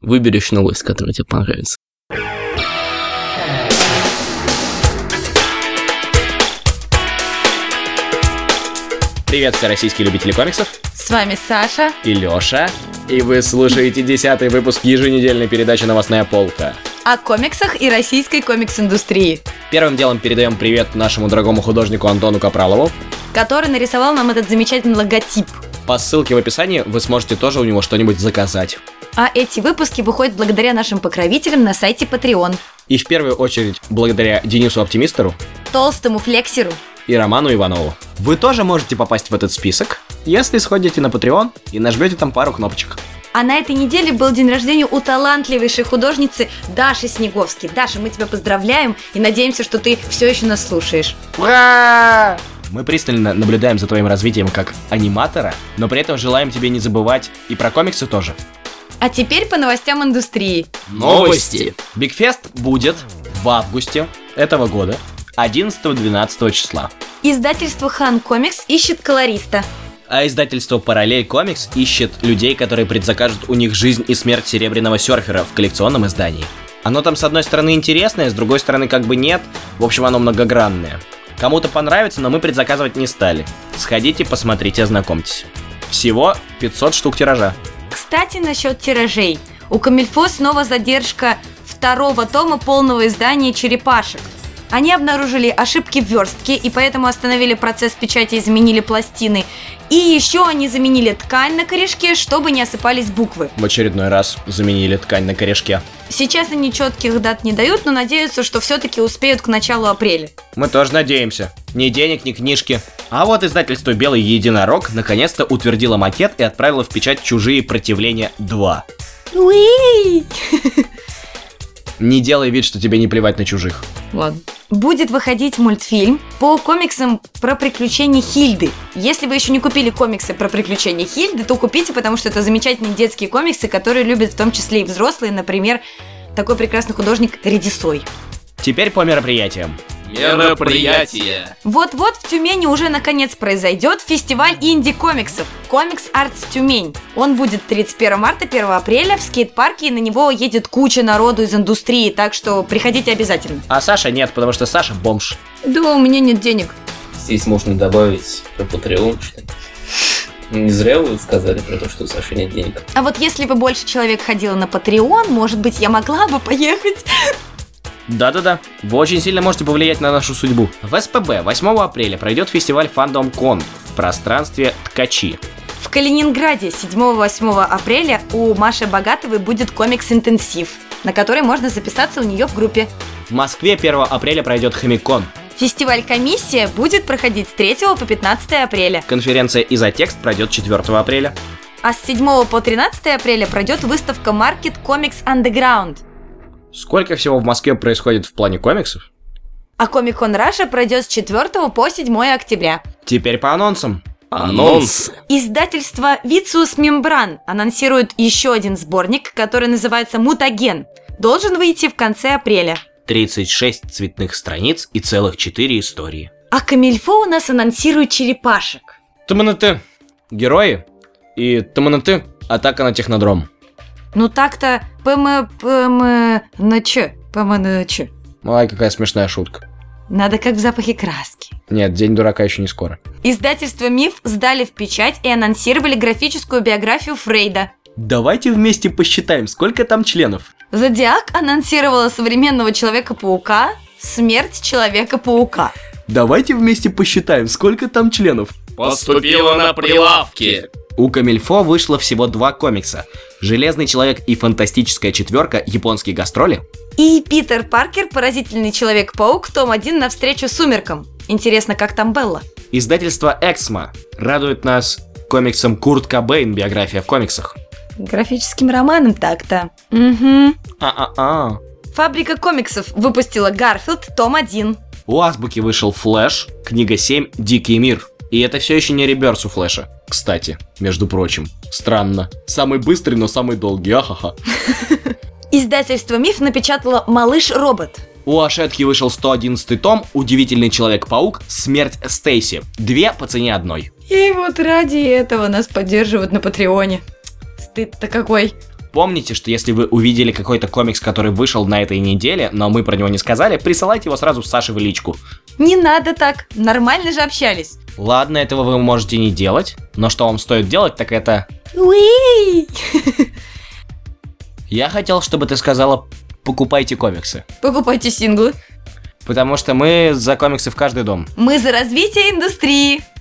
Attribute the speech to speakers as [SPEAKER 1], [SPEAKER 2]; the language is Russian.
[SPEAKER 1] выберешь новость, которая тебе понравится.
[SPEAKER 2] Привет, все российские любители комиксов
[SPEAKER 3] С вами Саша.
[SPEAKER 2] и Лёша. И вы слушаете десятый выпуск еженедельной передачи «Новостная полка».
[SPEAKER 3] О комиксах и российской комикс-индустрии,
[SPEAKER 2] Первым делом передаем привет нашему дорогому художнику Антону Капралову.
[SPEAKER 3] который нарисовал нам этот замечательный логотип.
[SPEAKER 2] По ссылке в описании вы сможете тоже у него что-нибудь заказать.
[SPEAKER 3] А эти выпуски выходят благодаря нашим покровителям на сайте Patreon.
[SPEAKER 2] И в первую очередь благодаря Денису Оптимистеру
[SPEAKER 3] Толстому флексеру.
[SPEAKER 2] и Роману Иванову. Вы тоже можете попасть в этот список, если сходите на Patreon и нажмете там пару кнопочек.
[SPEAKER 3] А на этой неделе был день рождения у талантливейшей художницы Даши Снеговски. Даша, мы тебя поздравляем и надеемся, что ты все еще нас слушаешь.
[SPEAKER 2] Ура! Мы пристально наблюдаем за твоим развитием как аниматора, но при этом желаем тебе не забывать и про комиксы тоже.
[SPEAKER 3] А теперь по новостям индустрии.
[SPEAKER 1] Новости.
[SPEAKER 2] Бигфест будет в августе этого года, 11-12 числа.
[SPEAKER 3] Издательство Хан Комикс ищет колориста.
[SPEAKER 2] А издательство «Параллель Комикс» ищет людей, которые предзакажут у них жизнь и смерть серебряного серфера в коллекционном издании. Оно там, с одной стороны, интересное, с другой стороны, как бы нет. В общем, оно многогранное. Кому-то понравится, но мы предзаказывать не стали. Сходите, посмотрите, ознакомьтесь. Всего 500 штук тиража.
[SPEAKER 3] Кстати, насчет тиражей. У Камильфо снова задержка второго тома полного издания «Черепашек». Они обнаружили ошибки в верстке и поэтому остановили процесс печати и заменили пластины. И еще они заменили ткань на корешке, чтобы не осыпались буквы.
[SPEAKER 2] В очередной раз заменили ткань на корешке.
[SPEAKER 3] Сейчас они четких дат не дают, но надеются, что все-таки успеют к началу апреля.
[SPEAKER 2] Мы тоже надеемся. Ни денег, ни книжки. А вот издательство «Белый единорог» наконец-то утвердило макет и отправило в печать «Чужие противления 2».
[SPEAKER 3] Уи!
[SPEAKER 2] Не делай вид, что тебе не плевать на чужих.
[SPEAKER 3] Ладно. Будет выходить мультфильм по комиксам про приключения Хильды. Если вы еще не купили комиксы про приключения Хильды, то купите, потому что это замечательные детские комиксы, которые любят в том числе и взрослые, например, такой прекрасный художник Редисой.
[SPEAKER 2] Теперь по мероприятиям.
[SPEAKER 1] Мероприятие.
[SPEAKER 3] Вот-вот в Тюмени уже наконец произойдет фестиваль инди-комиксов «Комикс Артс Тюмень». Он будет 31 марта, 1 апреля в скейт-парке, и на него едет куча народу из индустрии, так что приходите обязательно.
[SPEAKER 2] А Саша нет, потому что Саша бомж.
[SPEAKER 3] Да, у меня нет денег.
[SPEAKER 1] Здесь можно добавить про Patreon что-нибудь. Не зря вы сказали про то, что у Саши нет денег.
[SPEAKER 3] А вот если бы больше человек ходило на Patreon, может быть, я могла бы поехать.
[SPEAKER 2] Да-да-да, вы очень сильно можете повлиять на нашу судьбу. В СПБ 8 апреля пройдет фестиваль Фандом Кон в пространстве Ткачи.
[SPEAKER 3] В Калининграде 7-8 апреля у Маши Богатовой будет комикс-интенсив, на который можно записаться у нее в группе.
[SPEAKER 2] В Москве 1 апреля пройдет Хомикон.
[SPEAKER 3] Фестиваль «Комиссия» будет проходить с 3 по 15 апреля,
[SPEAKER 2] Конференция «Изотекст» пройдет 4 апреля.
[SPEAKER 3] а с 7 по 13 апреля пройдет выставка «Маркет Комикс Underground».
[SPEAKER 2] Сколько всего в Москве происходит в плане комиксов?
[SPEAKER 3] А Комикон Раша пройдет с 4 по 7 октября.
[SPEAKER 2] Теперь по анонсам.
[SPEAKER 1] Анонс.
[SPEAKER 3] Издательство «Вициус Мембран» анонсирует еще один сборник, который называется «Мутаген». Должен выйти в конце апреля.
[SPEAKER 2] 36 цветных страниц и целых 4 истории.
[SPEAKER 3] А Камильфо у нас анонсирует черепашек.
[SPEAKER 2] ТМНТ. Герои и ТМНТ. Атака на технодром.
[SPEAKER 3] Ну так-то ПМ... ПМ... На че? ПМНЧ.
[SPEAKER 2] Ай, какая смешная шутка.
[SPEAKER 3] Надо как в запахе краски.
[SPEAKER 2] Нет, День дурака еще не скоро.
[SPEAKER 3] Издательство «Миф» сдали в печать и анонсировали графическую биографию Фрейда.
[SPEAKER 2] Давайте вместе посчитаем, сколько там членов.
[SPEAKER 3] Зодиак анонсировала современного Человека-паука, смерть Человека-паука.
[SPEAKER 2] Давайте вместе посчитаем, сколько там членов.
[SPEAKER 1] Поступило на прилавки.
[SPEAKER 2] У Камильфо вышло всего два комикса. «Железный человек» и «Фантастическая четверка. Японские гастроли».
[SPEAKER 3] И Питер Паркер, поразительный Человек-паук, том 1 навстречу сумеркам. Интересно, как там Белла?
[SPEAKER 2] Издательство «Эксмо» радует нас комиксом Курт Кобейн «Биография в комиксах».
[SPEAKER 3] Графическим романом так-то. Угу.
[SPEAKER 2] А-а-а.
[SPEAKER 3] Фабрика комиксов выпустила Гарфилд, том 1.
[SPEAKER 2] У Азбуки вышел Флэш, книга 7 «Дикий мир». И это все еще не реберс у Флэша. Кстати, между прочим, странно. Самый быстрый, но самый долгий, ахаха.
[SPEAKER 3] Издательство «Миф» напечатало «Малыш-робот».
[SPEAKER 2] У Ашетки вышел 111 том «Удивительный Человек-паук. Смерть Стейси». Две по цене одной.
[SPEAKER 3] И вот ради этого нас поддерживают на Патреоне. Стыд-то какой.
[SPEAKER 2] Помните, что если вы увидели какой-то комикс, который вышел на этой неделе, но мы про него не сказали, присылайте его сразу Саше в личку.
[SPEAKER 3] Не надо так, нормально же общались.
[SPEAKER 2] Ладно, этого вы можете не делать, но что вам стоит делать, так это...
[SPEAKER 3] Уи!
[SPEAKER 2] Я хотел, чтобы ты сказала «покупайте комиксы»,
[SPEAKER 3] Покупайте синглы.
[SPEAKER 2] потому что мы за комиксы в каждый дом.
[SPEAKER 3] Мы за развитие индустрии.